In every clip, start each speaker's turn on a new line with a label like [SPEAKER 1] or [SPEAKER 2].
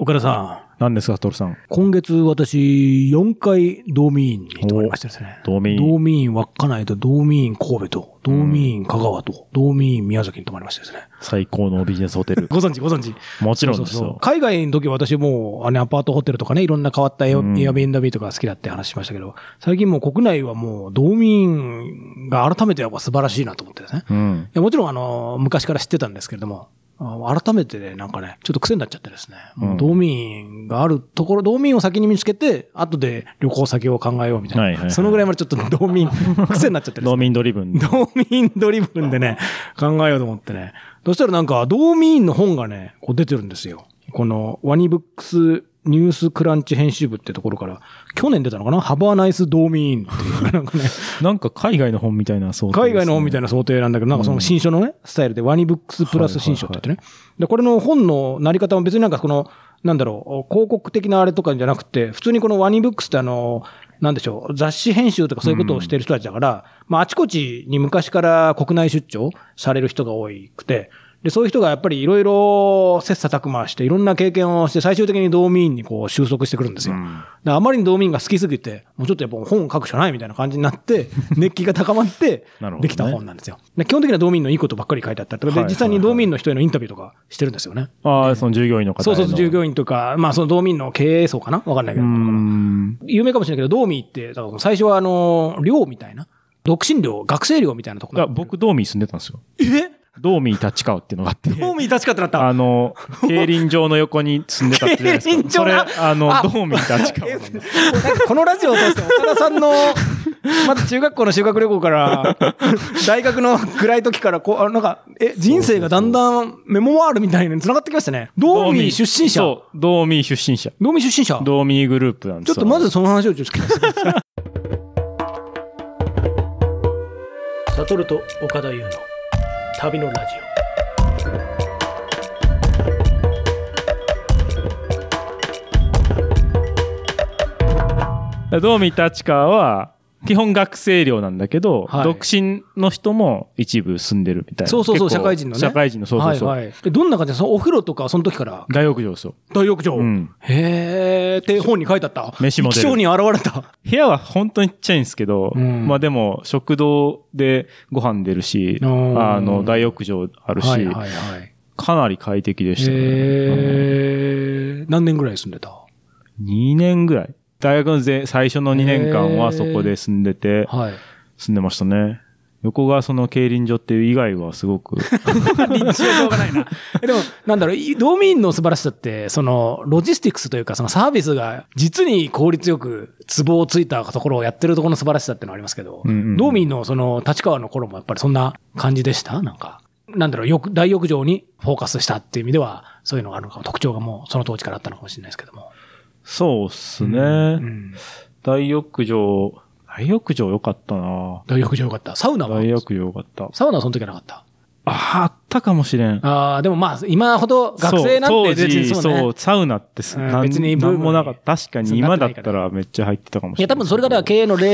[SPEAKER 1] 岡田さん、
[SPEAKER 2] 何ですか、トルさん。
[SPEAKER 1] 今月私、4回道民院に泊まりましてですね。
[SPEAKER 2] 道民
[SPEAKER 1] 道民院稚内と道民院神戸と、道民院香川と、道民院宮崎に泊まりましてですね。
[SPEAKER 2] 最高のビジネスホテ ル。
[SPEAKER 1] ご存知、ご存知。
[SPEAKER 2] もちろん
[SPEAKER 1] そう
[SPEAKER 2] です
[SPEAKER 1] そうそう
[SPEAKER 2] よ。
[SPEAKER 1] 海外の時は私もう、あの、アパートホテルとかね、いろんな変わったエア
[SPEAKER 2] うん
[SPEAKER 1] ビーダビーとか好きだって話しましたけど、最近もう国内はもう、道民院が改めてやっぱ素晴らしいなと思ってですね。
[SPEAKER 2] うん。
[SPEAKER 1] いやもちろん、あの、昔から知ってたんですけれども、あ改めてね、なんかね、ちょっと癖になっちゃってですね、もううん道民があるところ、道民を先に見つけて、後で旅行先を考えようみたいな。
[SPEAKER 2] はいはいはい
[SPEAKER 1] そのぐらいまでちょっと道 民、癖になっちゃってですね
[SPEAKER 2] 農民ドリブン。
[SPEAKER 1] 道民ドリブンでね、考えようと思ってね。そしたらなんか、道民の本がね、こう出てるんですよ。この、ワニブックスニュースクランチ編集部ってところから、去年出たのかなハバーナイス道民っていう、 なんかね、
[SPEAKER 2] なんか海外の本みたいな想定ですね
[SPEAKER 1] 海外の本みたい
[SPEAKER 2] な。
[SPEAKER 1] な想定なんだけど、なんかその新書のね、スタイルでワニブックスプラス新書って言ってね。で、これの本のなり方も別になんかこの、なんだろう、広告的なあれとかじゃなくて、普通にこのワニブックスってあの、なんでしょう、雑誌編集とかそういうことをしてる人たちだから、まああちこちに昔から国内出張される人が多くて、で、そういう人がやっぱりいろいろ切磋琢磨して、いろんな経験をして、最終的に道民院にこう収束してくるんですよ。であまりに道民が好きすぎて、もうちょっとやっぱ本を書くしかないみたいな感じにな って、熱気が高まって
[SPEAKER 2] なる、ほどね
[SPEAKER 1] できた本なんですよ。で基本的には道民のいいことばっかり書いてあったりとか、
[SPEAKER 2] はい
[SPEAKER 1] で、
[SPEAKER 2] はい
[SPEAKER 1] 実際に道民の人へのインタビューとかしてるんですよね。
[SPEAKER 2] ああ、その従業員の方へ
[SPEAKER 1] そ
[SPEAKER 2] の
[SPEAKER 1] うそう、従業員とか、まあその道民の経営層かなわかんないけ
[SPEAKER 2] う
[SPEAKER 1] ど。
[SPEAKER 2] ん。
[SPEAKER 1] 有名かもしれないけど、道民って、だから最初はあの、寮みたいな。独身寮、学生寮みたいなとこ
[SPEAKER 2] いや、僕、道民住んでたんですよ。
[SPEAKER 1] え
[SPEAKER 2] 道民立川っていうのがあって。
[SPEAKER 1] 道民立ちかってなった。
[SPEAKER 2] あの、競輪場の横に住んでたってじゃないですか。
[SPEAKER 1] 競輪場
[SPEAKER 2] それ、
[SPEAKER 1] な
[SPEAKER 2] あの
[SPEAKER 1] あ、
[SPEAKER 2] 道民立川なんです。
[SPEAKER 1] なんかこのラジオを通して岡田さんの、まだ中学校の修学旅行 から、大学の暗い時から、こう、あのなんか、え、人生がだんだんメモワールみたいに繋がってきましたね。道民出身者。
[SPEAKER 2] そう、道民出身者。
[SPEAKER 1] 道民出身者。
[SPEAKER 2] 道民グループなんです
[SPEAKER 1] ちょ
[SPEAKER 2] よ
[SPEAKER 1] っとまずその話をちょっと聞きます。サトルと岡田優の旅のラジ
[SPEAKER 2] 道民立川は、基本学生寮なんだけど、
[SPEAKER 1] はい
[SPEAKER 2] 独身の人も一部住んでるみたいな。
[SPEAKER 1] そうそうそう
[SPEAKER 2] 結構
[SPEAKER 1] 社会人のね
[SPEAKER 2] 社会人の、そうそうそう。
[SPEAKER 1] はいはい。えどんな感じで、そのお風呂とか、その時から、
[SPEAKER 2] 大浴場ですよ。
[SPEAKER 1] 大浴場。
[SPEAKER 2] うん
[SPEAKER 1] へーって本に書いてあった。
[SPEAKER 2] 飯も出る
[SPEAKER 1] 生に現れた。
[SPEAKER 2] 部屋は本当にちっちゃいんですけど、
[SPEAKER 1] うん
[SPEAKER 2] まあでも食堂でご飯出るし、
[SPEAKER 1] おー
[SPEAKER 2] あの、大浴場あるし、
[SPEAKER 1] はいはいはい。
[SPEAKER 2] かなり快適でしたね。
[SPEAKER 1] へえ、何年ぐらい住んでた
[SPEAKER 2] 2年ぐらい。大学のぜ最初の2年間はそこで住んでて、
[SPEAKER 1] はい。
[SPEAKER 2] 住んでましたね。横がその競輪場っていう以外はす ごく。
[SPEAKER 1] 立地はしょうがないな。え でも、なんだろう、い道民の素晴らしさって、その、ロジスティクスというか、そのサービスが実に効率よく、壺をついたところをやってるところの素晴らしさってのはありますけど、
[SPEAKER 2] うんうんうん
[SPEAKER 1] 道民のその、立川の頃もやっぱりそんな感じでしたなんか。なんだろう、よく、大浴場にフォーカスしたっていう意味では、そういうのがあるのかも、特徴がもうその当時からあったのかもしれないですけども。
[SPEAKER 2] そうっすね。
[SPEAKER 1] うん
[SPEAKER 2] 大浴場、大浴場良かったな
[SPEAKER 1] 大浴場よかった。サウナは
[SPEAKER 2] 大浴場良かった。あ
[SPEAKER 1] サウナはその時はなかった。
[SPEAKER 2] あ、あったかもしれん。
[SPEAKER 1] ああ、でもまあ、今ほど学生なん
[SPEAKER 2] そう
[SPEAKER 1] て
[SPEAKER 2] 当
[SPEAKER 1] 別に
[SPEAKER 2] 時、
[SPEAKER 1] そう
[SPEAKER 2] そう,、
[SPEAKER 1] ね。
[SPEAKER 2] サウナってす、
[SPEAKER 1] うん
[SPEAKER 2] なん
[SPEAKER 1] 別にブーム
[SPEAKER 2] なんもなかった。確か
[SPEAKER 1] そ
[SPEAKER 2] に
[SPEAKER 1] う
[SPEAKER 2] 今
[SPEAKER 1] な
[SPEAKER 2] だ
[SPEAKER 1] っ
[SPEAKER 2] っ
[SPEAKER 1] な
[SPEAKER 2] て
[SPEAKER 1] い
[SPEAKER 2] たらめっちゃ入ってたかもし
[SPEAKER 1] い
[SPEAKER 2] れ
[SPEAKER 1] や、
[SPEAKER 2] な
[SPEAKER 1] 多
[SPEAKER 2] い。
[SPEAKER 1] 分それがだから経営の黎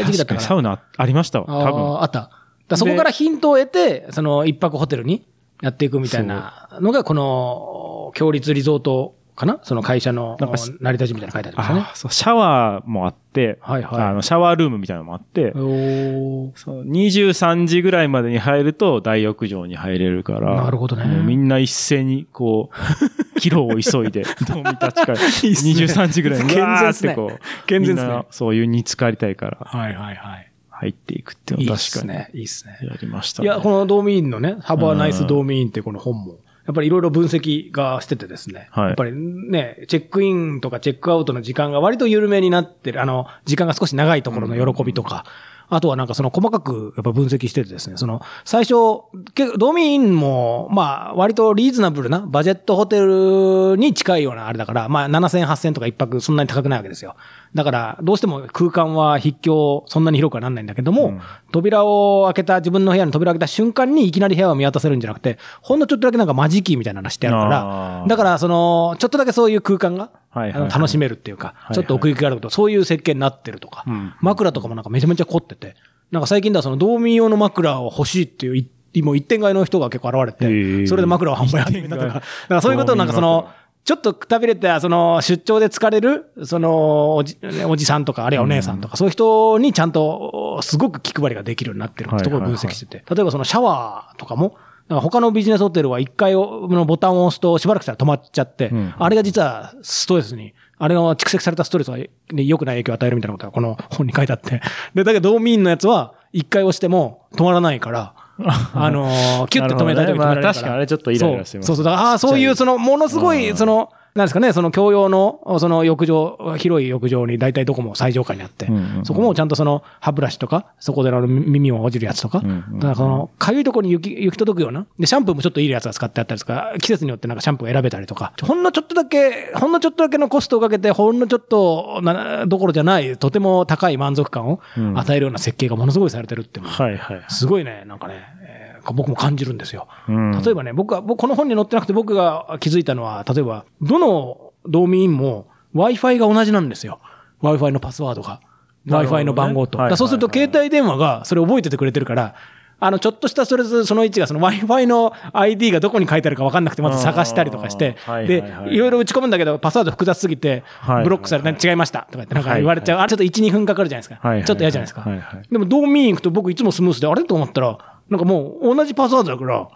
[SPEAKER 1] 明時期だったか
[SPEAKER 2] 確かに
[SPEAKER 1] ら。
[SPEAKER 2] サウナありましたわ。多
[SPEAKER 1] あ
[SPEAKER 2] 分。
[SPEAKER 1] あ、あった。だからそこからヒントを得て、その一泊ホテルにやっていくみたいなのが、この、強立リゾートかなその会社の
[SPEAKER 2] なんかし
[SPEAKER 1] 成り立ちみたいなの書いてありましたね
[SPEAKER 2] あ。あそうシャワーもあって、
[SPEAKER 1] はいはい
[SPEAKER 2] あのシャワールームみたいなのもあって、
[SPEAKER 1] おー
[SPEAKER 2] そう23時ぐらいまでに入ると大浴場に入れるから、
[SPEAKER 1] なるほどね
[SPEAKER 2] もうみんな一斉にこ う、帰路を急いで、どう見たちか、
[SPEAKER 1] いっすね
[SPEAKER 2] 23時ぐらいに、
[SPEAKER 1] 健
[SPEAKER 2] わ
[SPEAKER 1] 全
[SPEAKER 2] ー
[SPEAKER 1] っ
[SPEAKER 2] っ
[SPEAKER 1] すね
[SPEAKER 2] てこう、
[SPEAKER 1] 健全っすね
[SPEAKER 2] みんなそう湯に浸かりたいから
[SPEAKER 1] はいはいはい。
[SPEAKER 2] 入っていくっていう
[SPEAKER 1] いい
[SPEAKER 2] のは
[SPEAKER 1] っ
[SPEAKER 2] 確か
[SPEAKER 1] す
[SPEAKER 2] に
[SPEAKER 1] ね。いいっすね。
[SPEAKER 2] やりました
[SPEAKER 1] い
[SPEAKER 2] ね、
[SPEAKER 1] や、この道民院のね、ハバーナイス道民院ってこの本も、やっぱりいろいろ分析がしててですね、
[SPEAKER 2] はい
[SPEAKER 1] やっぱりね、チェックインとかチェックアウトの時間が割と緩めになってる、あの、時間が少し長いところの喜びとか、あとはなんかその細かくやっぱ分析しててですね、その最初、結構道民院も、まあ割とリーズナブルなバジェットホテルに近いようなあれだから、まあ7000、8000とか一泊そんなに高くないわけですよ。だからどうしても空間は筆境そんなに広くはなんないんだけども、
[SPEAKER 2] うん
[SPEAKER 1] 扉を開けた、自分の部屋の扉を開けた瞬間にいきなり部屋を見渡せるんじゃなくて、ほんのちょっとだけなんかマジキーみたいなのしてあるから
[SPEAKER 2] あ、ー
[SPEAKER 1] だからその、ちょっとだけそういう空間が、
[SPEAKER 2] はいはいはい
[SPEAKER 1] あの楽しめるっていうか、
[SPEAKER 2] いはい
[SPEAKER 1] ちょっと奥行きがあるけど、そういう設計になってるとか、
[SPEAKER 2] うん
[SPEAKER 1] 枕とかもなんかめちゃめちゃ凝ってて、なんか最近ではその道民用の枕を欲しいっていうい、もう一点買いの人が結構現れ
[SPEAKER 2] へ
[SPEAKER 1] て、
[SPEAKER 2] ー
[SPEAKER 1] それで枕を販売始めたとか、
[SPEAKER 2] 一点買い
[SPEAKER 1] だからそういうことをなんかその、ちょっとくたびれた、その、出張で疲れる、その、おじ、おじさんとか、あるいはお姉さんとか、そういう人にちゃんと、すごく気配りができるようになってるってところを分析してて。例えばそのシャワーとかも、なんか他のビジネスホテルは1階をのボタンを押すとしばらくしたら止まっちゃって、
[SPEAKER 2] うん
[SPEAKER 1] あれが実はストレスに、あれの蓄積されたストレスがね良くない影響を与えるみたいなことがこの本に書いてあって。で、だけど、ドーミーンのやつは1回押しても止まらない から、あのーキュッて止めたいとき止められるから、
[SPEAKER 3] なるほどねまあ確かにあれちょっとイライラします
[SPEAKER 1] そうそうそうだからああ、そういう、その、ものすごい、その、なんですかね、その共用の、その浴場、広い浴場に大体どこも最上階にあって、
[SPEAKER 2] うんうんうん
[SPEAKER 1] そこもちゃんとその歯ブラシとか、そこであの耳をほじるやつとか、
[SPEAKER 2] うんうんうん
[SPEAKER 1] だからその、かゆいところに行き行き届くような、で、シャンプーもちょっといいやつが使ってあったりとか、季節によってなんかシャンプーを選べたりとか、ほんのちょっとだけ、ほんのちょっとだけのコストをかけて、ほんのちょっとな、どころじゃない、とても高い満足感を与えるような設計がものすごいされてるっていうのが
[SPEAKER 3] はいはい。
[SPEAKER 1] すごいね、なんかね、えー僕も感じるんですよ。
[SPEAKER 2] うん
[SPEAKER 1] 例えばね、僕は、僕、この本に載ってなくて僕が気づいたのは、例えば、どのドーミーインも Wi-Fi が同じなんですよ。Wi-Fi のパスワードが。
[SPEAKER 3] なるほど
[SPEAKER 1] Wi-Fi
[SPEAKER 3] ね
[SPEAKER 1] の番号と。
[SPEAKER 3] はいは
[SPEAKER 1] だか
[SPEAKER 3] いはい
[SPEAKER 1] らそうすると、携帯電話がそれ覚えててくれてるから、あの、ちょっとしたそれぞれその位置が、その Wi-Fi の ID がどこに書いてあるか分かんなくて、まず探したりとかして
[SPEAKER 3] あーは、い
[SPEAKER 1] で
[SPEAKER 3] はいは、い
[SPEAKER 1] いろいろ打ち込むんだけど、パスワード複雑すぎて
[SPEAKER 2] は、い
[SPEAKER 1] ブロックされて、違いましたとか言って、なんか言われちゃう。あれちょっと1、2分かかるじゃないです
[SPEAKER 2] はいはい
[SPEAKER 1] か。
[SPEAKER 2] はい
[SPEAKER 1] ちょっと嫌じゃないですか
[SPEAKER 2] はいはい。
[SPEAKER 1] でも、ドーミー行くと僕いつもスムースで、あれと思ったら、なんかもう同じパスワードだから、あ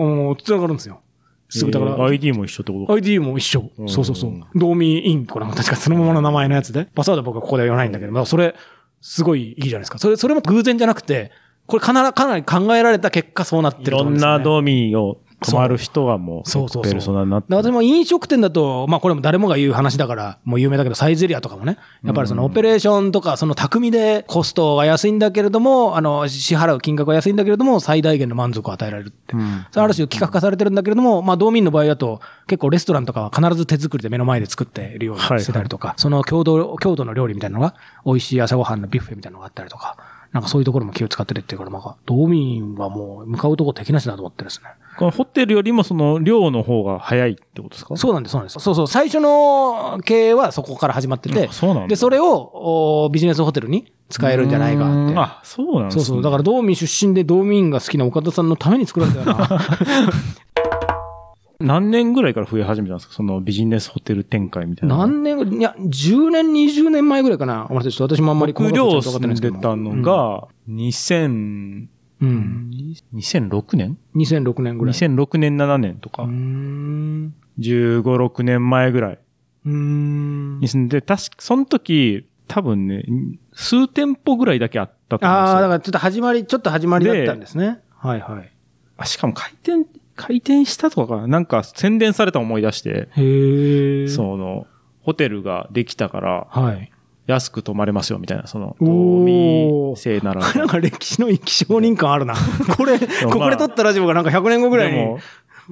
[SPEAKER 1] の、繋がるんですよ。すぐだから、
[SPEAKER 2] えー ID も一緒ってことか
[SPEAKER 1] ID も一緒。そうそうそう。ドーミーインコなんか確かそのままの名前のやつで。パスワード僕はここでは言わないんだけど、まあそれ、すごいいいじゃないですか。それ、それも偶然じゃなくて、これかなかなり考えられた結果そうなって
[SPEAKER 2] い
[SPEAKER 1] ると
[SPEAKER 2] ろ
[SPEAKER 1] 思うん
[SPEAKER 2] ん
[SPEAKER 1] ですよ、ね。
[SPEAKER 2] なドミを泊まる人がもう、
[SPEAKER 1] そうそうそう
[SPEAKER 2] ペルソナになって
[SPEAKER 1] だから私も飲食店だと、まあこれも誰もが言う話だから、もう有名だけど、サイゼリアとかもね、やっぱりそのオペレーションとか、その匠でコストは安いんだけれども、あの、支払う金額は安いんだけれども、最大限の満足を与えられるって。それある種企画化されてるんだけれども、まあ道民の場合だと、結構レストランとかは必ず手作りで目の前で作っているようにしてたりとか、その郷土、郷土の料理みたいなのが、美味しい朝ごはんのビュッフェみたいなのがあったりとか、なんかそういうところも気を使ってるっていうから、まあ、道民はもう向かうとこ敵なしだと思ってですね。
[SPEAKER 2] このホテルよりもその量の方が早いってことですか
[SPEAKER 1] そうなんです、そうなんです。そうそう、最初の経営はそこから始まってて
[SPEAKER 2] あ、そうなんだ
[SPEAKER 1] で、それをおビジネスホテルに使えるんじゃないか
[SPEAKER 2] う
[SPEAKER 1] っ
[SPEAKER 2] ん
[SPEAKER 1] て。
[SPEAKER 2] あ、そうなんです
[SPEAKER 1] そう
[SPEAKER 2] ね
[SPEAKER 1] そう、だから、道民出身で道民が好きな岡田さんのために作られたよ な。
[SPEAKER 2] 何年ぐらいから増え始めたんですかそのビジネスホテル展開みたいな。
[SPEAKER 1] 何年、いや、10年、20年前ぐらいかな。ごめんなさいちょっと私もあんまり
[SPEAKER 2] 僕
[SPEAKER 1] 細かくちょ
[SPEAKER 2] 寮
[SPEAKER 1] っと分か
[SPEAKER 2] 住
[SPEAKER 1] ってない
[SPEAKER 2] ん
[SPEAKER 1] ですけ
[SPEAKER 2] で
[SPEAKER 1] ども
[SPEAKER 2] たの、が、2000、
[SPEAKER 1] うん、
[SPEAKER 2] 2006年
[SPEAKER 1] うん2006年ぐらい。
[SPEAKER 2] ?2006 年、7年と
[SPEAKER 1] う
[SPEAKER 2] か
[SPEAKER 1] ー、ん。
[SPEAKER 2] 15、6年前ぐらいう
[SPEAKER 1] ーん
[SPEAKER 2] に。住んで、確か、その時、多分ね、数店舗ぐらいだけあったと思うんです
[SPEAKER 1] あ
[SPEAKER 2] よ
[SPEAKER 1] あ、だからちょっと始まり、ちょっと始まりだったんですね。はいはい。
[SPEAKER 2] あしかも開店、開店したとかかななんか宣伝されたの思い出して、
[SPEAKER 1] へえ。う。
[SPEAKER 2] その、ホテルができたから、
[SPEAKER 1] はい。
[SPEAKER 2] 安く泊まれますよ、みたいな、その、
[SPEAKER 1] おー
[SPEAKER 2] お店なら。
[SPEAKER 1] なんか歴史の生き証人感ある な。これ、
[SPEAKER 2] も
[SPEAKER 1] ここで撮ったラジオがなんか100年後ぐらい
[SPEAKER 2] で
[SPEAKER 1] に
[SPEAKER 2] も、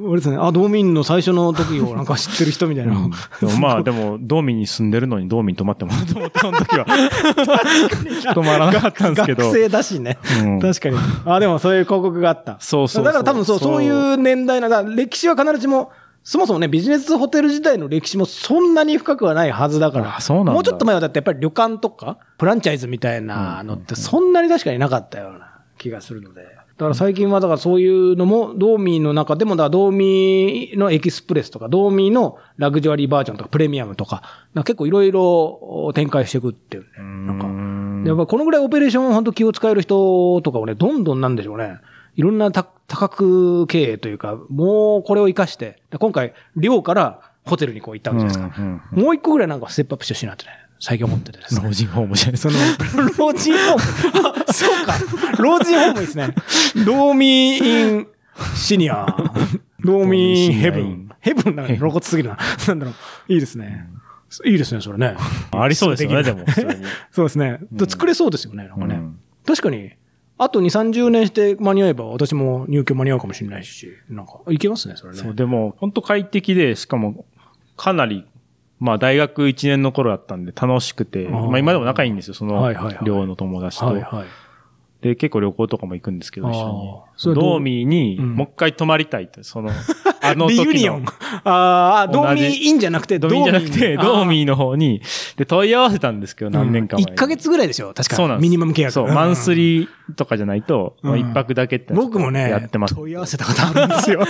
[SPEAKER 1] 俺ですね、あ、道民の最初の時をなんか知ってる人みたいな。
[SPEAKER 2] でもまあ、でも、道民に住んでるのに道民泊まってもらおうと思って、その時は。泊まらなかったんですけど。
[SPEAKER 1] 学生だしね。
[SPEAKER 2] うん
[SPEAKER 1] 確かに。あ、でもそういう広告があった。
[SPEAKER 2] そうそうそう
[SPEAKER 1] だから多分そう、
[SPEAKER 2] そう
[SPEAKER 1] そういう年代な、だから歴史は必ずしも、そもそもね、ビジネスホテル自体の歴史もそんなに深くはないはずだから。
[SPEAKER 2] あそうなんだ
[SPEAKER 1] もうちょっと前はだってやっぱり旅館とか、フランチャイズみたいなのってそんなに確かになかったような気がするので。だから最近はだからそういうのも、ドーミーの中でも、だからドーミーのエキスプレスとか、ドーミーのラグジュアリーバージョンとか、プレミアムとか、なんか結構いろいろ展開していくっていうね。なんか
[SPEAKER 2] うん
[SPEAKER 1] でやっぱこのぐらいオペレーションを本当気を使える人とかをね、どんどんなんでしょうね。いろんな多多角経営というか、もうこれを活かして、今回、寮からホテルにこう行ったわけじゃないですか。
[SPEAKER 2] うんうん
[SPEAKER 1] もう一個ぐらいなんかステップアップしてほしいなってね、最近思っててですね。
[SPEAKER 2] 老人ホームじゃないその、
[SPEAKER 1] 老人ホーム。あ、そうか。老人ホームいいですね。ドーミーインシニア。ドーミーインヘブン。ヘブンなんか露骨すぎるな。なんだろう。いいですね。いいですね、それね。
[SPEAKER 2] ありそうですよね、でも。普通 に
[SPEAKER 1] そうですね。作れそうですよね、なんかね。
[SPEAKER 2] うん
[SPEAKER 1] 確かに、あと2、30年して間に合えば、私も入居間に合うかもしれないし、なんか、いけますね、それね。
[SPEAKER 2] そう、でも、本当快適で、しかも、かなり、まあ、大学1年の頃だったんで、楽しくて、
[SPEAKER 1] あー
[SPEAKER 2] まあ、今でも仲いいんですよ、その
[SPEAKER 1] はいはいはい、
[SPEAKER 2] 寮の友達と。
[SPEAKER 1] はいはい。
[SPEAKER 2] で、結構旅行とかも行くんですけど、一緒
[SPEAKER 1] あーそれ
[SPEAKER 2] に。
[SPEAKER 1] どう
[SPEAKER 2] ドーミーに、
[SPEAKER 1] うん
[SPEAKER 2] もう一回泊まりたいって、その、あの
[SPEAKER 1] リ
[SPEAKER 2] 時の
[SPEAKER 1] ユニオン。ああ、
[SPEAKER 2] 同
[SPEAKER 1] ドー
[SPEAKER 2] じ
[SPEAKER 1] ミーインじゃなくて、
[SPEAKER 2] ドミーじゃなくて、ドー
[SPEAKER 1] ー
[SPEAKER 2] ミーの方に、で、問い合わせたんですけど、何年か前に。
[SPEAKER 1] 1ヶ月ぐらいでしょ確か。
[SPEAKER 2] そうなんです
[SPEAKER 1] ミニマム契約。
[SPEAKER 2] そう、
[SPEAKER 1] ん
[SPEAKER 2] マンスリーとかじゃないと、
[SPEAKER 1] うん
[SPEAKER 2] まあ一泊だけって。
[SPEAKER 1] 僕もね、
[SPEAKER 2] やってます。
[SPEAKER 1] 問い合わせたことあるん ですよ。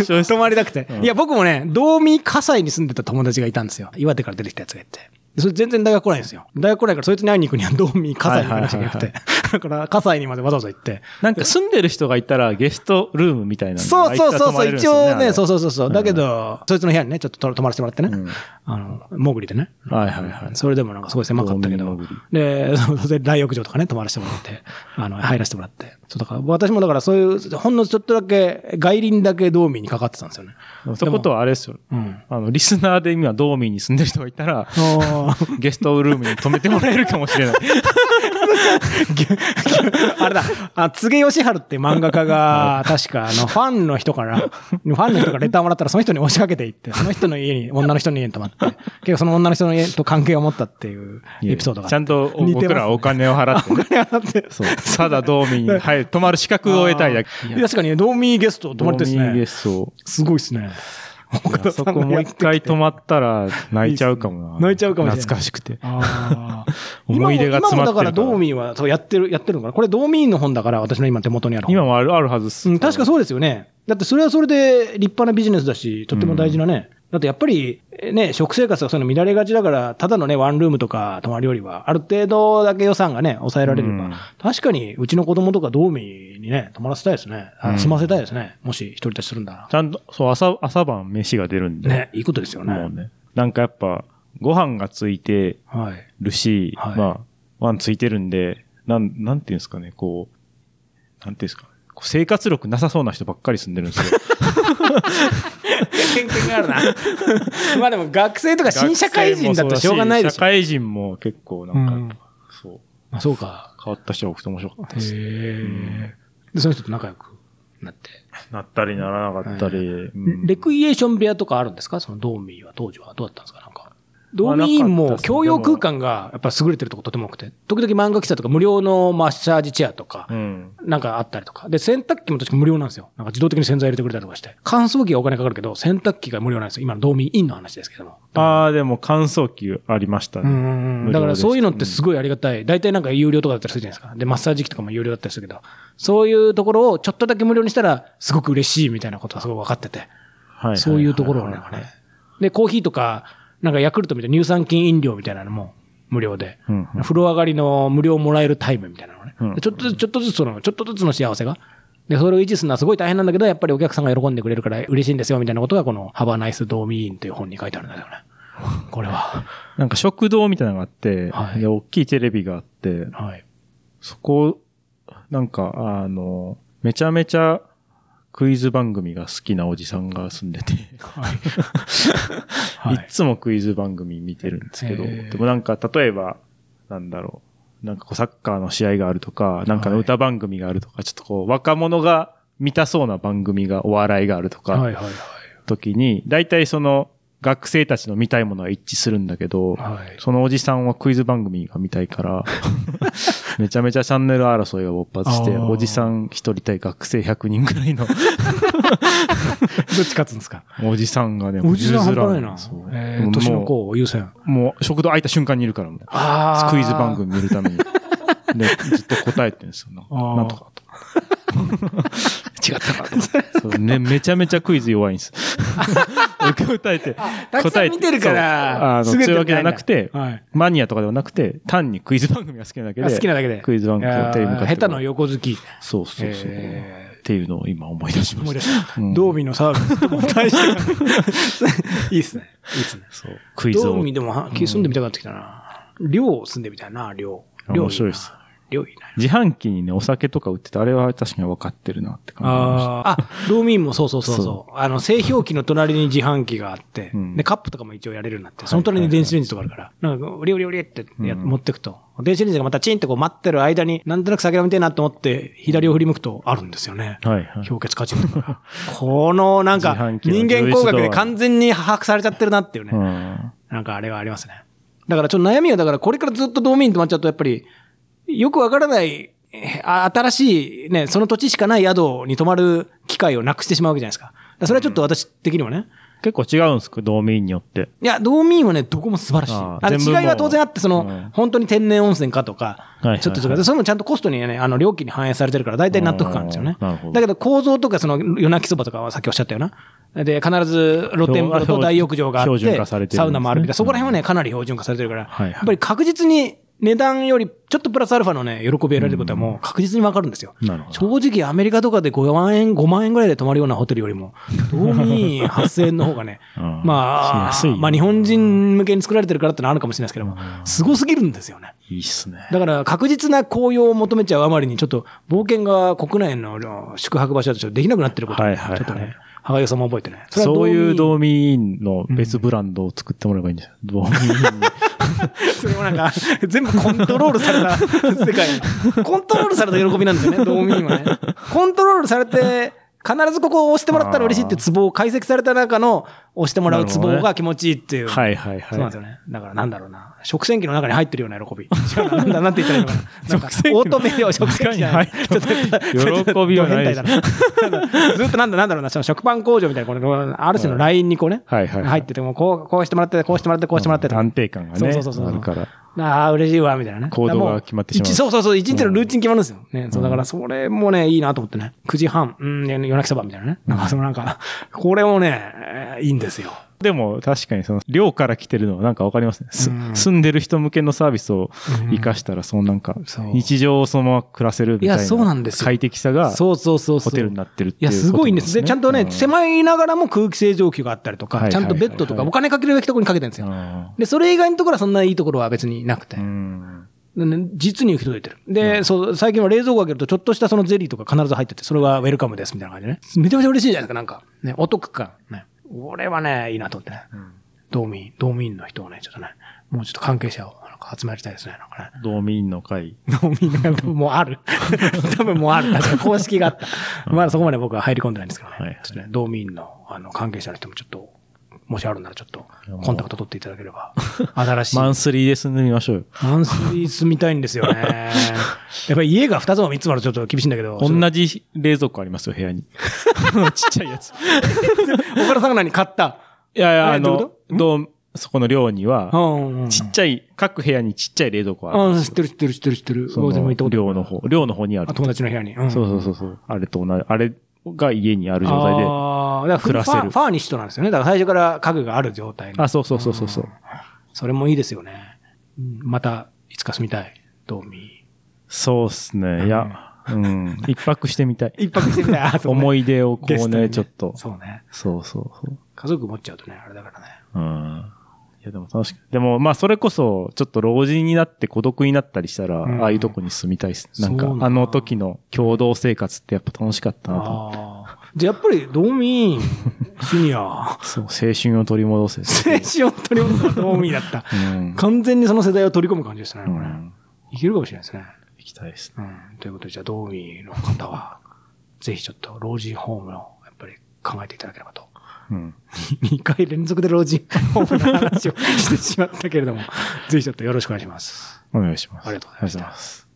[SPEAKER 2] 一緒です
[SPEAKER 1] 泊まりたくて。
[SPEAKER 2] うん
[SPEAKER 1] いや、僕もね、道民火災に住んでた友達がいたんですよ。岩手から出てきたやつがいて。それ全然大学来ないんですよ。大学来ないから、そいつに会いに行くには道民火災に行かなきゃいけなく
[SPEAKER 2] は
[SPEAKER 1] て。だから、火災にまでわざわざ行って。
[SPEAKER 2] なんか住んでる人がいたら、ゲストルームみたいなの
[SPEAKER 1] そ
[SPEAKER 2] が
[SPEAKER 1] う
[SPEAKER 2] いつ
[SPEAKER 1] そう
[SPEAKER 2] か
[SPEAKER 1] そう
[SPEAKER 2] 泊ま
[SPEAKER 1] そ
[SPEAKER 2] れ
[SPEAKER 1] う、
[SPEAKER 2] るんです
[SPEAKER 1] 一
[SPEAKER 2] よね
[SPEAKER 1] 応
[SPEAKER 2] あ
[SPEAKER 1] ね、
[SPEAKER 2] れ
[SPEAKER 1] そうそうそうそう。だけど、そいつの部屋にね、ちょっと泊まらせてもらってね。
[SPEAKER 2] うん
[SPEAKER 1] あの、潜りでね。
[SPEAKER 2] はいはいはい
[SPEAKER 1] それでもなんかすごい狭かったけ
[SPEAKER 2] 道
[SPEAKER 1] ど
[SPEAKER 2] 民潜。
[SPEAKER 1] で、 そうそうで大浴場とかね、泊まらせてもらって、あの、入らせてもらって。そうだから、私もだからそういう、ほんのちょっとだけ、外輪だけ道民にかかってたんですよね。
[SPEAKER 2] そういうことはあれですよ。
[SPEAKER 1] うん。
[SPEAKER 2] あの、リスナーで今、ドーミーに住んでる人がいたら、
[SPEAKER 1] あー
[SPEAKER 2] ゲストルームに泊めてもらえるかもしれない。
[SPEAKER 1] あれだ、あ、柘植義春って漫画家が、確か、あの、ファンの人から、ファンの人からレターもらったら、その人に押しかけてい って、その人の家に、女の人の家に泊まって、結構その女の人の家と関係を持ったっていう エピソードがあって。
[SPEAKER 2] ちゃんと
[SPEAKER 1] 似て
[SPEAKER 2] 僕らはお金を払 ってね、
[SPEAKER 1] ますね。
[SPEAKER 2] そう。ただドーミーに、はい、泊まる資格を得たいだけ。
[SPEAKER 1] いや確かにね、ドーミーゲスト泊まりたいです
[SPEAKER 2] ドーミーゲ
[SPEAKER 1] ね。
[SPEAKER 2] スト。
[SPEAKER 1] すごいですね。岡田
[SPEAKER 2] そ
[SPEAKER 1] さん
[SPEAKER 2] こ
[SPEAKER 1] が
[SPEAKER 2] も
[SPEAKER 1] や
[SPEAKER 2] う
[SPEAKER 1] ってき
[SPEAKER 2] 一
[SPEAKER 1] て
[SPEAKER 2] 回泊まったら泣いちゃうかもな。
[SPEAKER 1] 泣いちゃうかもしれない
[SPEAKER 2] 懐かしくて。
[SPEAKER 1] あー
[SPEAKER 2] 思い出が詰
[SPEAKER 1] 今も
[SPEAKER 2] まってる
[SPEAKER 1] 今もだから、ドーミーは、そう、やってる、やってるのかなこれ、ドーミーの本だから、私の今手元にある本。
[SPEAKER 2] 今もあるあるはずっす。
[SPEAKER 1] うん、確かそうですよね。だってそれはそれで立派なビジネスだし、とっても大事なね。だってやっぱり、えね、食生活がそういうの乱れがちだから、ただのね、ワンルームとか泊まりよりは、ある程度だけ予算がね、抑えられれば、
[SPEAKER 2] うん
[SPEAKER 1] 確かにうちの子供とか道民にね、泊まらせたいですね。あ
[SPEAKER 2] うん
[SPEAKER 1] 住ませたいですね。もし一人立ちするんだ
[SPEAKER 2] ちゃんと、そう、朝、朝晩飯が出るんで。
[SPEAKER 1] ら。ね、いいことですよね。
[SPEAKER 2] もうね。なんかやっぱ、ご飯がついて
[SPEAKER 1] はい。
[SPEAKER 2] るし、
[SPEAKER 1] はい
[SPEAKER 2] まあ、ワンついてるんで、なん、なんていうんですかね、こう、なんていうんですか、こう生活力なさそうな人ばっかり住んでるんですよ。
[SPEAKER 1] 偏見があるな。 まあでも学生とか新社会 人だってしょうがないで
[SPEAKER 2] 社
[SPEAKER 1] すよ。
[SPEAKER 2] 会人も結構なんか、
[SPEAKER 1] うん
[SPEAKER 2] そう、
[SPEAKER 1] あそうか。
[SPEAKER 2] 変わった人が多くて面白かった
[SPEAKER 1] へ
[SPEAKER 2] です。
[SPEAKER 1] え。で、その人と仲良くなって。
[SPEAKER 2] なったりならなかったり。うん
[SPEAKER 1] レクイエーション部屋とかあるんですかそのドーミーは当時はどうだったんですかなんか。ドーミーイン
[SPEAKER 2] まあなか
[SPEAKER 1] も
[SPEAKER 2] ったですね
[SPEAKER 1] 共用空間がやっぱ優れてるとことても多くて、時々漫画喫茶とか無料のマッサージチェアとか
[SPEAKER 2] う、ん。
[SPEAKER 1] なんかあったりとか。で、洗濯機も確か無料なんですよ。なんか自動的に洗剤入れてくれたりとかして。乾燥機はお金かかるけど、洗濯機が無料なんですよ。今のドーミーインの話ですけども。
[SPEAKER 2] ああ、でも乾燥機ありました
[SPEAKER 1] う
[SPEAKER 2] ね。
[SPEAKER 1] ん
[SPEAKER 2] 無料でし
[SPEAKER 1] だ
[SPEAKER 2] た
[SPEAKER 1] からそういうのってすごいありがたい。大体なんか有料とかだったりするじゃないですか。で、マッサージ機とかも有料だったりするけど、そういうところをちょっとだけ無料にしたら、すごく嬉しいみたいなことはすごい分かってて。
[SPEAKER 2] ははは
[SPEAKER 1] そういうところをね。で、コーヒーとか、なんかヤクルトみたいな乳酸菌飲料みたいなのも無料で、
[SPEAKER 2] うんうん
[SPEAKER 1] 風呂上がりの無料もらえるタイムみたいなのね。
[SPEAKER 2] うん
[SPEAKER 1] でちょっとずつ、ちょっとずつその、ちょっとずつの幸せが。で、それを維持するのはすごい大変なんだけど、やっぱりお客さんが喜んでくれるから嬉しいんですよみたいなことが、この、ハバナイスドーミーインという本に書いてあるんだよね。これ は。
[SPEAKER 2] なんか食堂みたいなのがあって、
[SPEAKER 1] はい
[SPEAKER 2] で、大きいテレビがあって、
[SPEAKER 1] はい。
[SPEAKER 2] そこ、なんか、あの、めちゃめちゃクイズ番組が好きなおじさんが住んでて、、
[SPEAKER 1] はいい。
[SPEAKER 2] つもクイズ番組見てるんですけど、
[SPEAKER 1] へー
[SPEAKER 2] でもなんか、例えば、なんだろう、なんかこうサッカーの試合があるとか、なんかの歌番組があるとか、ちょっとこう、若者が見たそうな番組が、お笑いがあるとか、
[SPEAKER 1] はいはいはい。
[SPEAKER 2] 時に、大体その、学生たちの見たいものは一致するんだけど、
[SPEAKER 1] はい
[SPEAKER 2] そのおじさんはクイズ番組が見た いから、めちゃめちゃチャンネル争いが勃発して、
[SPEAKER 1] あー
[SPEAKER 2] おじさん一人対学生100人ぐらいの
[SPEAKER 1] どっち勝つんですか
[SPEAKER 2] おじさんがね、
[SPEAKER 1] おじさん半端ない
[SPEAKER 2] も
[SPEAKER 1] な
[SPEAKER 2] うそう。
[SPEAKER 1] え
[SPEAKER 2] で
[SPEAKER 1] ー
[SPEAKER 2] も
[SPEAKER 1] 年の
[SPEAKER 2] も
[SPEAKER 1] 子を優先。
[SPEAKER 2] う、もう食堂開いた瞬間にいるから、もう。
[SPEAKER 1] あ
[SPEAKER 2] クイズ番。組見る ために。で、ずっと答えてるんですよ。なんか
[SPEAKER 1] あー
[SPEAKER 2] なんとかとか。 違ったかとかそうね。めちゃめちゃクイズ弱いん です。僕が答えて。
[SPEAKER 1] たくさん見てるから、
[SPEAKER 2] そうあの、強いわけ
[SPEAKER 1] じ
[SPEAKER 2] じ
[SPEAKER 1] ゃ
[SPEAKER 2] ゃなくて、
[SPEAKER 1] はい。
[SPEAKER 2] マニアとかではなくて、単にクイズ番組が好きなだけ
[SPEAKER 1] あ
[SPEAKER 2] で。
[SPEAKER 1] 好きなだけで。
[SPEAKER 2] クイズ番組をテレビ向かって
[SPEAKER 1] あー下手の横好き。
[SPEAKER 2] そうそうそう。
[SPEAKER 1] え
[SPEAKER 2] っていうのを今思い出しま
[SPEAKER 1] 思い出
[SPEAKER 2] し。
[SPEAKER 1] した
[SPEAKER 2] うん
[SPEAKER 1] ドーミーのサービスとも大して。いいっすね。いいっすね。
[SPEAKER 2] そう。クイズ
[SPEAKER 1] ドー
[SPEAKER 2] を
[SPEAKER 1] ミー。でもは住んでみたかってきたな。寮住んでみたいな、寮。
[SPEAKER 2] あ
[SPEAKER 1] 寮
[SPEAKER 2] 面白いっす
[SPEAKER 1] な。寮いいな。
[SPEAKER 2] 自販機にね、お酒とか売ってて、あれは確かに分かってるなって感じがしました。
[SPEAKER 1] あーあ、ドーミーもそうそうそうそう。
[SPEAKER 2] そ
[SPEAKER 1] あの、製氷機の隣に自販機があって、
[SPEAKER 2] うん
[SPEAKER 1] で、カップとかも一応やれるようになって、その隣に電子レンジとかあるから、なんか、うりうりうりってや
[SPEAKER 2] うん
[SPEAKER 1] 持ってくと、電子レンジがまたチンってこう待ってる間に、なんとなく酒が見てえなと思って、左を振り向くとあるんですよね。
[SPEAKER 2] はいはい。
[SPEAKER 1] 氷結価値だ からこのなんか
[SPEAKER 2] 自販機の充
[SPEAKER 1] 人
[SPEAKER 2] 実
[SPEAKER 1] 間
[SPEAKER 2] 度は
[SPEAKER 1] 工学で完全に把握されちゃってるなっていうね。
[SPEAKER 2] うん
[SPEAKER 1] なんかあれはありますね。だからちょっと悩みは、だからこれからずっと道民に泊まっちゃうと、やっぱり、よくわからない、えーあ新しい、ね、その土地しかない宿に泊まる機会をなくしてしまうわけじゃないですか。らそれはちょっと私的にはね。
[SPEAKER 2] 結構違うんですか道民によって。
[SPEAKER 1] いや、道民はね、どこも素晴らしい。
[SPEAKER 2] あ
[SPEAKER 1] あ
[SPEAKER 2] あ
[SPEAKER 1] の
[SPEAKER 2] 全部もう
[SPEAKER 1] 違いは当然あって、その、
[SPEAKER 2] うん
[SPEAKER 1] 本当に天然温泉かとか
[SPEAKER 2] いはいはい、
[SPEAKER 1] ちょっととか、それもちゃんとコストにね、あの、料金に反映されてるから、大体納得感あるんですよね
[SPEAKER 2] うんなるほど。
[SPEAKER 1] だけど構造とか、その、夜泣きそばとかはさっきおっしゃったよな。で、必ず露天風呂と大浴場があっ
[SPEAKER 2] 標準
[SPEAKER 1] て、
[SPEAKER 2] 化されてるんですね
[SPEAKER 1] サウナもあるみたいな、そこら辺はね、かなり標準化されてるから、
[SPEAKER 2] はいはい
[SPEAKER 1] やっぱり確実に値段より、ちょっとプラスアルファのね、喜びを得られることはもう確実にわかるんですよ。
[SPEAKER 2] なるほど、
[SPEAKER 1] 正直アメリカとかで5万円、5万円ぐらいで泊まるようなホテルよりも、道民8000円の方がね
[SPEAKER 2] うん
[SPEAKER 1] ま
[SPEAKER 2] 安
[SPEAKER 1] あ
[SPEAKER 2] いよ、
[SPEAKER 1] まあ日本人向けに作られてるからってのはあるかもしれないですけども、すごすぎるんですよね。
[SPEAKER 2] いいっすね。
[SPEAKER 1] だから確実な紅葉を求めちゃうあまりに、ちょっと冒険が国内のあの宿泊場所だとできなくなってることを
[SPEAKER 2] は
[SPEAKER 1] ね
[SPEAKER 2] いはいはい
[SPEAKER 1] ちょっとね、歯がゆさも覚えてね。れは
[SPEAKER 2] そういう
[SPEAKER 1] どう
[SPEAKER 2] 道民の別ブランドを作ってもらえばいいんじゃない道民
[SPEAKER 1] に、それもなんか、 全部コントロールされた 世界。コントロールされた喜びなんです よね、道民はね。コントロールされて、必ずここを押してもらったら嬉しいってツボを解析された中の押してもらうツボが気持ちいいっていう。
[SPEAKER 2] はいはい
[SPEAKER 1] そうなん
[SPEAKER 2] は
[SPEAKER 1] です
[SPEAKER 2] い。
[SPEAKER 1] よね。だからなんだろうな。食洗機の中に入ってるような喜び。 違うななんだなんて言ったらいいのか な。なんか
[SPEAKER 2] 食洗機の
[SPEAKER 1] オートメイド食洗機じゃない。ちょっと
[SPEAKER 2] 喜びはないで
[SPEAKER 1] ち
[SPEAKER 2] す
[SPEAKER 1] ょっと変態だなずっとなんだなんだろうな。その食パン工場みたいな、これ、ある種のラインにこうね、
[SPEAKER 2] はいはいはい
[SPEAKER 1] 入ってて、もうこう、こうしてもらって、こうしてもらって、こうしてもらってとか。
[SPEAKER 2] 安定感が
[SPEAKER 1] そう
[SPEAKER 2] ね、
[SPEAKER 1] そうそうそう
[SPEAKER 2] あるから。
[SPEAKER 1] ああ、嬉しいわ、みたいなね。
[SPEAKER 2] 行動が決まってしまう
[SPEAKER 1] だからも一そうそうそう、一日のルーチン決まるんですよ。ね、そう、だからそれもね、いいなと思ってね。9時半、うん、夜泣きそばみたいなね。なんか、そのなんか、これもね、えーいいんですよ。
[SPEAKER 2] でも確かにその寮から来てるのはなんかわかりますね。す
[SPEAKER 1] うん
[SPEAKER 2] 住んでる人向けのサービスを活かしたら、そのなんか
[SPEAKER 1] そう、
[SPEAKER 2] 日常をそのまま暮らせるみたいな。
[SPEAKER 1] いやそうなんですよ
[SPEAKER 2] 快適さが
[SPEAKER 1] そうそうそうそう。
[SPEAKER 2] ホテルになってるって
[SPEAKER 1] い
[SPEAKER 2] いう
[SPEAKER 1] や、
[SPEAKER 2] こと
[SPEAKER 1] すごいんです。で、ちゃんとね、
[SPEAKER 2] う
[SPEAKER 1] 狭いながらも空気清浄機があったりと
[SPEAKER 2] はい
[SPEAKER 1] か、
[SPEAKER 2] はい
[SPEAKER 1] ちゃんとベッドとか、
[SPEAKER 2] はい
[SPEAKER 1] お金かけるべきところにかけてるんですよ。
[SPEAKER 2] う
[SPEAKER 1] で、それ以外のところはそんないいところは別になくて。
[SPEAKER 2] ん。
[SPEAKER 1] ね実に行き届いてる。で、そう、最近は冷蔵庫開けると、ちょっとしたそのゼリーとか必ず入ってて、それがウェルカムですみたいな感じでね。めちゃめちゃ嬉しいじゃないですか、なんか。ね、お得感。ね。俺はね、いいなと思ってね。道民、道民の人をね、ちょっとね、もうちょっと関係者をなんか集まりたいですね、なんかね。
[SPEAKER 2] 道民の会。
[SPEAKER 1] 飲みながら、もうあ る。多分もうある。だから公式があった。まだそこまで僕は入り込んでないんですけどね。
[SPEAKER 2] はいはい
[SPEAKER 1] ちょっとね、道民のあの関係者の人もちょっと、もしあるならちょっと、 コンタクト取っていただければ、新しい。
[SPEAKER 2] マンスリーで住んでみましょうよ。
[SPEAKER 1] マンスリー住みたいんですよ ね。やっぱり家が2つも3つもあるとちょっと厳しいんだけど、
[SPEAKER 2] 同じ冷蔵庫ありますよ、部 屋に。ちっちゃいやつ。
[SPEAKER 1] 岡田さんが何買った。
[SPEAKER 2] いやいや、
[SPEAKER 1] え
[SPEAKER 2] あ
[SPEAKER 1] どういう
[SPEAKER 2] の
[SPEAKER 1] こ、
[SPEAKER 2] どう、そこの寮に
[SPEAKER 1] う
[SPEAKER 2] は、
[SPEAKER 1] んうんうん。
[SPEAKER 2] ちっちゃい、各部屋にちっちゃい冷蔵庫ある。
[SPEAKER 1] うん、知ってる知ってる知ってる知ってる。
[SPEAKER 2] その
[SPEAKER 1] 俺も行ったこと
[SPEAKER 2] 寮の方、寮の方にある
[SPEAKER 1] あ。友達の部屋に。うん
[SPEAKER 2] そうそうそうそう。あれと同じ、あれが家にある状態で。
[SPEAKER 1] あーだか
[SPEAKER 2] 暮
[SPEAKER 1] ら
[SPEAKER 2] ら
[SPEAKER 1] フ
[SPEAKER 2] せる
[SPEAKER 1] ァーファーニッシュとなんですよね。だから最初から家具がある状態の
[SPEAKER 2] あ、そうそうそうそうそう。
[SPEAKER 1] それもいいですよね。うんまた、いつか住みたい。道民。
[SPEAKER 2] そうっすね。いや、 うん。一泊してみたい。
[SPEAKER 1] 一泊してみたい。
[SPEAKER 2] 思
[SPEAKER 1] い、
[SPEAKER 2] い出をこうね、ちょっと。
[SPEAKER 1] そうね。
[SPEAKER 2] そうそうそう。
[SPEAKER 1] 家族持っちゃうとね、あれだからね。
[SPEAKER 2] うん。いや、でも確かに。でも、まあ、それこそ、ちょっと老人になって孤独になったりしたら、
[SPEAKER 1] うん
[SPEAKER 2] ああいうとこに住みたいっす。なんか
[SPEAKER 1] そう、だな
[SPEAKER 2] あの時の共同生活ってやっぱ楽しかったなと。
[SPEAKER 1] ああー。じゃあやっぱり、道民、シニア、
[SPEAKER 2] そう、青春を取り戻せ。
[SPEAKER 1] 青春を取り戻すのは道民だった。
[SPEAKER 2] うん。
[SPEAKER 1] 完全にその世代を取り込む感じでしたね、
[SPEAKER 2] う
[SPEAKER 1] これ。
[SPEAKER 2] ん。
[SPEAKER 1] いけるかもしれないですね。
[SPEAKER 2] 行きたいですね。
[SPEAKER 1] うん。ということで、じゃあ、道民の方は、ぜひちょっと、老人ホームの、やっぱり、考えていただければと。
[SPEAKER 2] うん。
[SPEAKER 1] 2回連続で老人 ホームの話をしてしまったけれども、ぜひちょっとよろしくお願いします。
[SPEAKER 2] お願いします。
[SPEAKER 1] ありがとうございました
[SPEAKER 2] ありがとうございます。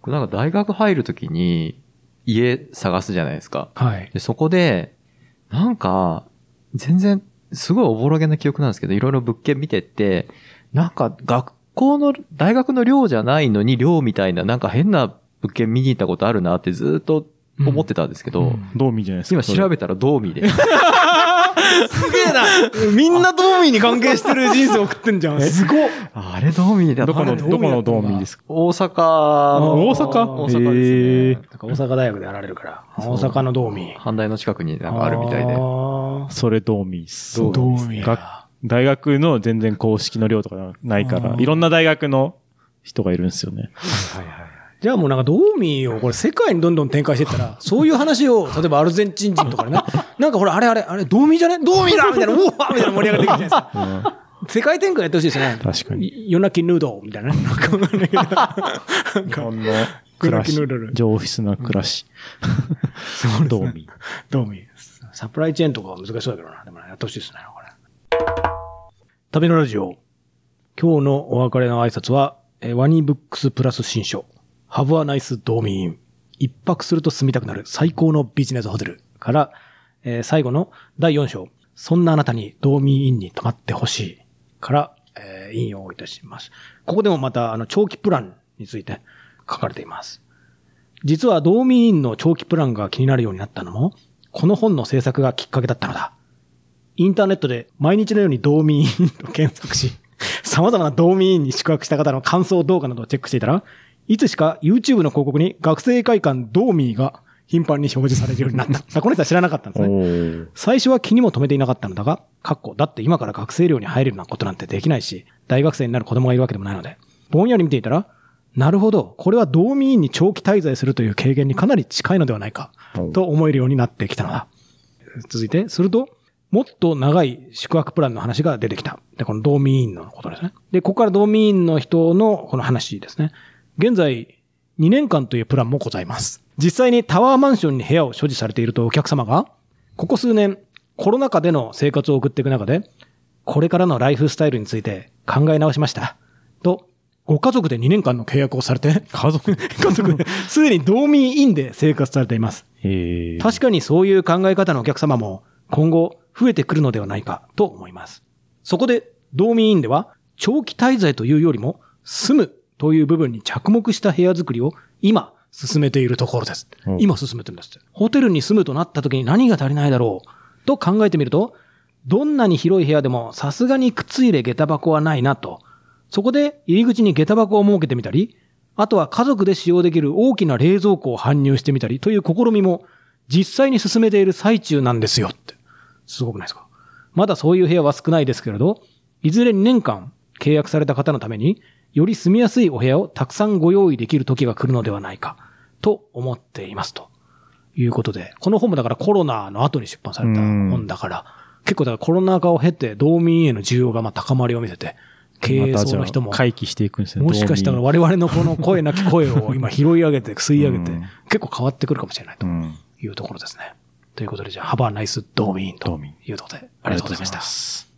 [SPEAKER 3] 僕なんか大学入るときに家探すじゃないですか。
[SPEAKER 1] はい。
[SPEAKER 3] で、そこで、なんか、全然、すごいおぼろげな記憶なんですけど、いろいろ物件見てって、なんか学校の、大学の寮じゃないのに寮みたいな、なんか変な物件見に行ったことあるなってずっと思ってたんですけど、
[SPEAKER 1] うん
[SPEAKER 2] どう見じゃないですか。
[SPEAKER 3] 今調べたら道見で。す
[SPEAKER 1] すげえなみんな道民に関係してる人生送ってんじゃん。すごっ
[SPEAKER 3] あれ道見だ
[SPEAKER 2] どこの、
[SPEAKER 1] ど
[SPEAKER 2] どこの道民ですか
[SPEAKER 3] 大阪の。
[SPEAKER 2] 大阪
[SPEAKER 3] 大阪ですね。
[SPEAKER 1] なん か大阪大学でやられるから、
[SPEAKER 3] そう
[SPEAKER 1] 大阪の道民。
[SPEAKER 3] 阪大の近くになん かあるみたいで。
[SPEAKER 1] あ
[SPEAKER 2] それ道民っす。
[SPEAKER 1] ー道民
[SPEAKER 2] 学
[SPEAKER 1] や。
[SPEAKER 2] 大学の全然公式の量とかないか
[SPEAKER 1] あ
[SPEAKER 2] ら、
[SPEAKER 1] ー
[SPEAKER 2] いろんな大学の人がいるんですよね。
[SPEAKER 1] じゃあもうなんか道民をこれ世界にどんどん展開してった ら、そういう話を、例えばアルゼンチン人とかにね、なんかほらあれあれ、あれ道民じゃね道民だみたいな、うわーみたいな盛り上がっていくじゃないですか。世界展開やってほしいですね。
[SPEAKER 2] 確かに
[SPEAKER 1] い。夜泣きヌードルみたいなね。なんかわかんないけど
[SPEAKER 2] 日本の暮らし
[SPEAKER 1] グラキヌードル、
[SPEAKER 2] 上質な暮らし。道民。
[SPEAKER 1] どうもいいです。サプライチェーンとかは難しそうだけどな。でもねやってほしいですね、これ。旅のラジオ、今日のお別れの挨拶は、えーワニブックスプラス新書。ハブアナイスドーミン。一泊すると住みたくなる最高のビジネスホテルから、えー最後の第4章。そんなあなたにドーミンインに泊まってほしいから、えー引用をいたします。ここでもまた、あの、長期プランについて書かれています。実はドーミンインの長期プランが気になるようになったのも、この本の制作がきっかけだったのだ。インターネットで毎日のように道民委員と検索し、 様々な道民委員に宿泊した方の感想動画などをチェックしていたら、いつしか YouTube の広告に学生会館道民が頻繁に表示されるようになった。 この人は知らなかったんですね。
[SPEAKER 2] ー
[SPEAKER 1] 最初は気にも留めていなかったのだが、かっこ、だって今から学生寮に入れるようなことなんてできないし、大学生になる子供がいるわけでもないので、ぼんやり見ていたら、なるほど、これは道民委員に長期滞在するという経験にかなり近いのではないか、と思えるようになってきたのだ。続いて、すると、もっと長い宿泊プランの話が出てきた。で、この道民委員のことですね。で、ここから道民委員の人のこの話ですね。現在、2年間というプランもございます。実際にタワーマンションに部屋を所持されているとお客様が、ここ数年、コロナ禍での生活を送っていく中で、これからのライフスタイルについて考え直しました。と、ご家族で2年間の契約をされて、
[SPEAKER 2] 家 族
[SPEAKER 1] 家族で、すでに道民委員で生活されています。
[SPEAKER 2] ええ
[SPEAKER 1] 確かにそういう考え方のお客様も今後増えてくるのではないかと思います。そこで、道民委員では長期滞在というよりも住むという部分に着目した部屋作りを今進めているところです
[SPEAKER 2] うん。
[SPEAKER 1] 今進めてるんですって。ホテルに住むとなった時に何が足りないだろうと考えてみると、どんなに広い部屋でもさすがに靴入れ下駄箱はないなと。そこで入り口に下駄箱を設けてみたり、あとは家族で使用できる大きな冷蔵庫を搬入してみたりという試みも実際に進めている最中なんですよって。すごくないですかまだそういう部屋は少ないですけれど、いずれ2年間契約された方のために、より住みやすいお部屋をたくさんご用意できる時が来るのではないかと思っていますと。いうことで、この本もだからコロナの後に出版された本だから、結構だからコロナ禍を経て、道民への需要がまあ高まりを見せて、経営層の人も
[SPEAKER 2] またじゃあ回帰していくんですね。
[SPEAKER 1] もしかしたら我々のこの声なき声を今拾い上げて、吸い上げて
[SPEAKER 2] うん、
[SPEAKER 1] 結構変わってくるかもしれないと
[SPEAKER 2] ドーミーうん
[SPEAKER 1] いうところですね。ということで、じゃあ、ハバーナイスドーミン
[SPEAKER 2] ド
[SPEAKER 1] と
[SPEAKER 2] ーミン
[SPEAKER 1] いうことで、ありがとうございました。
[SPEAKER 2] す。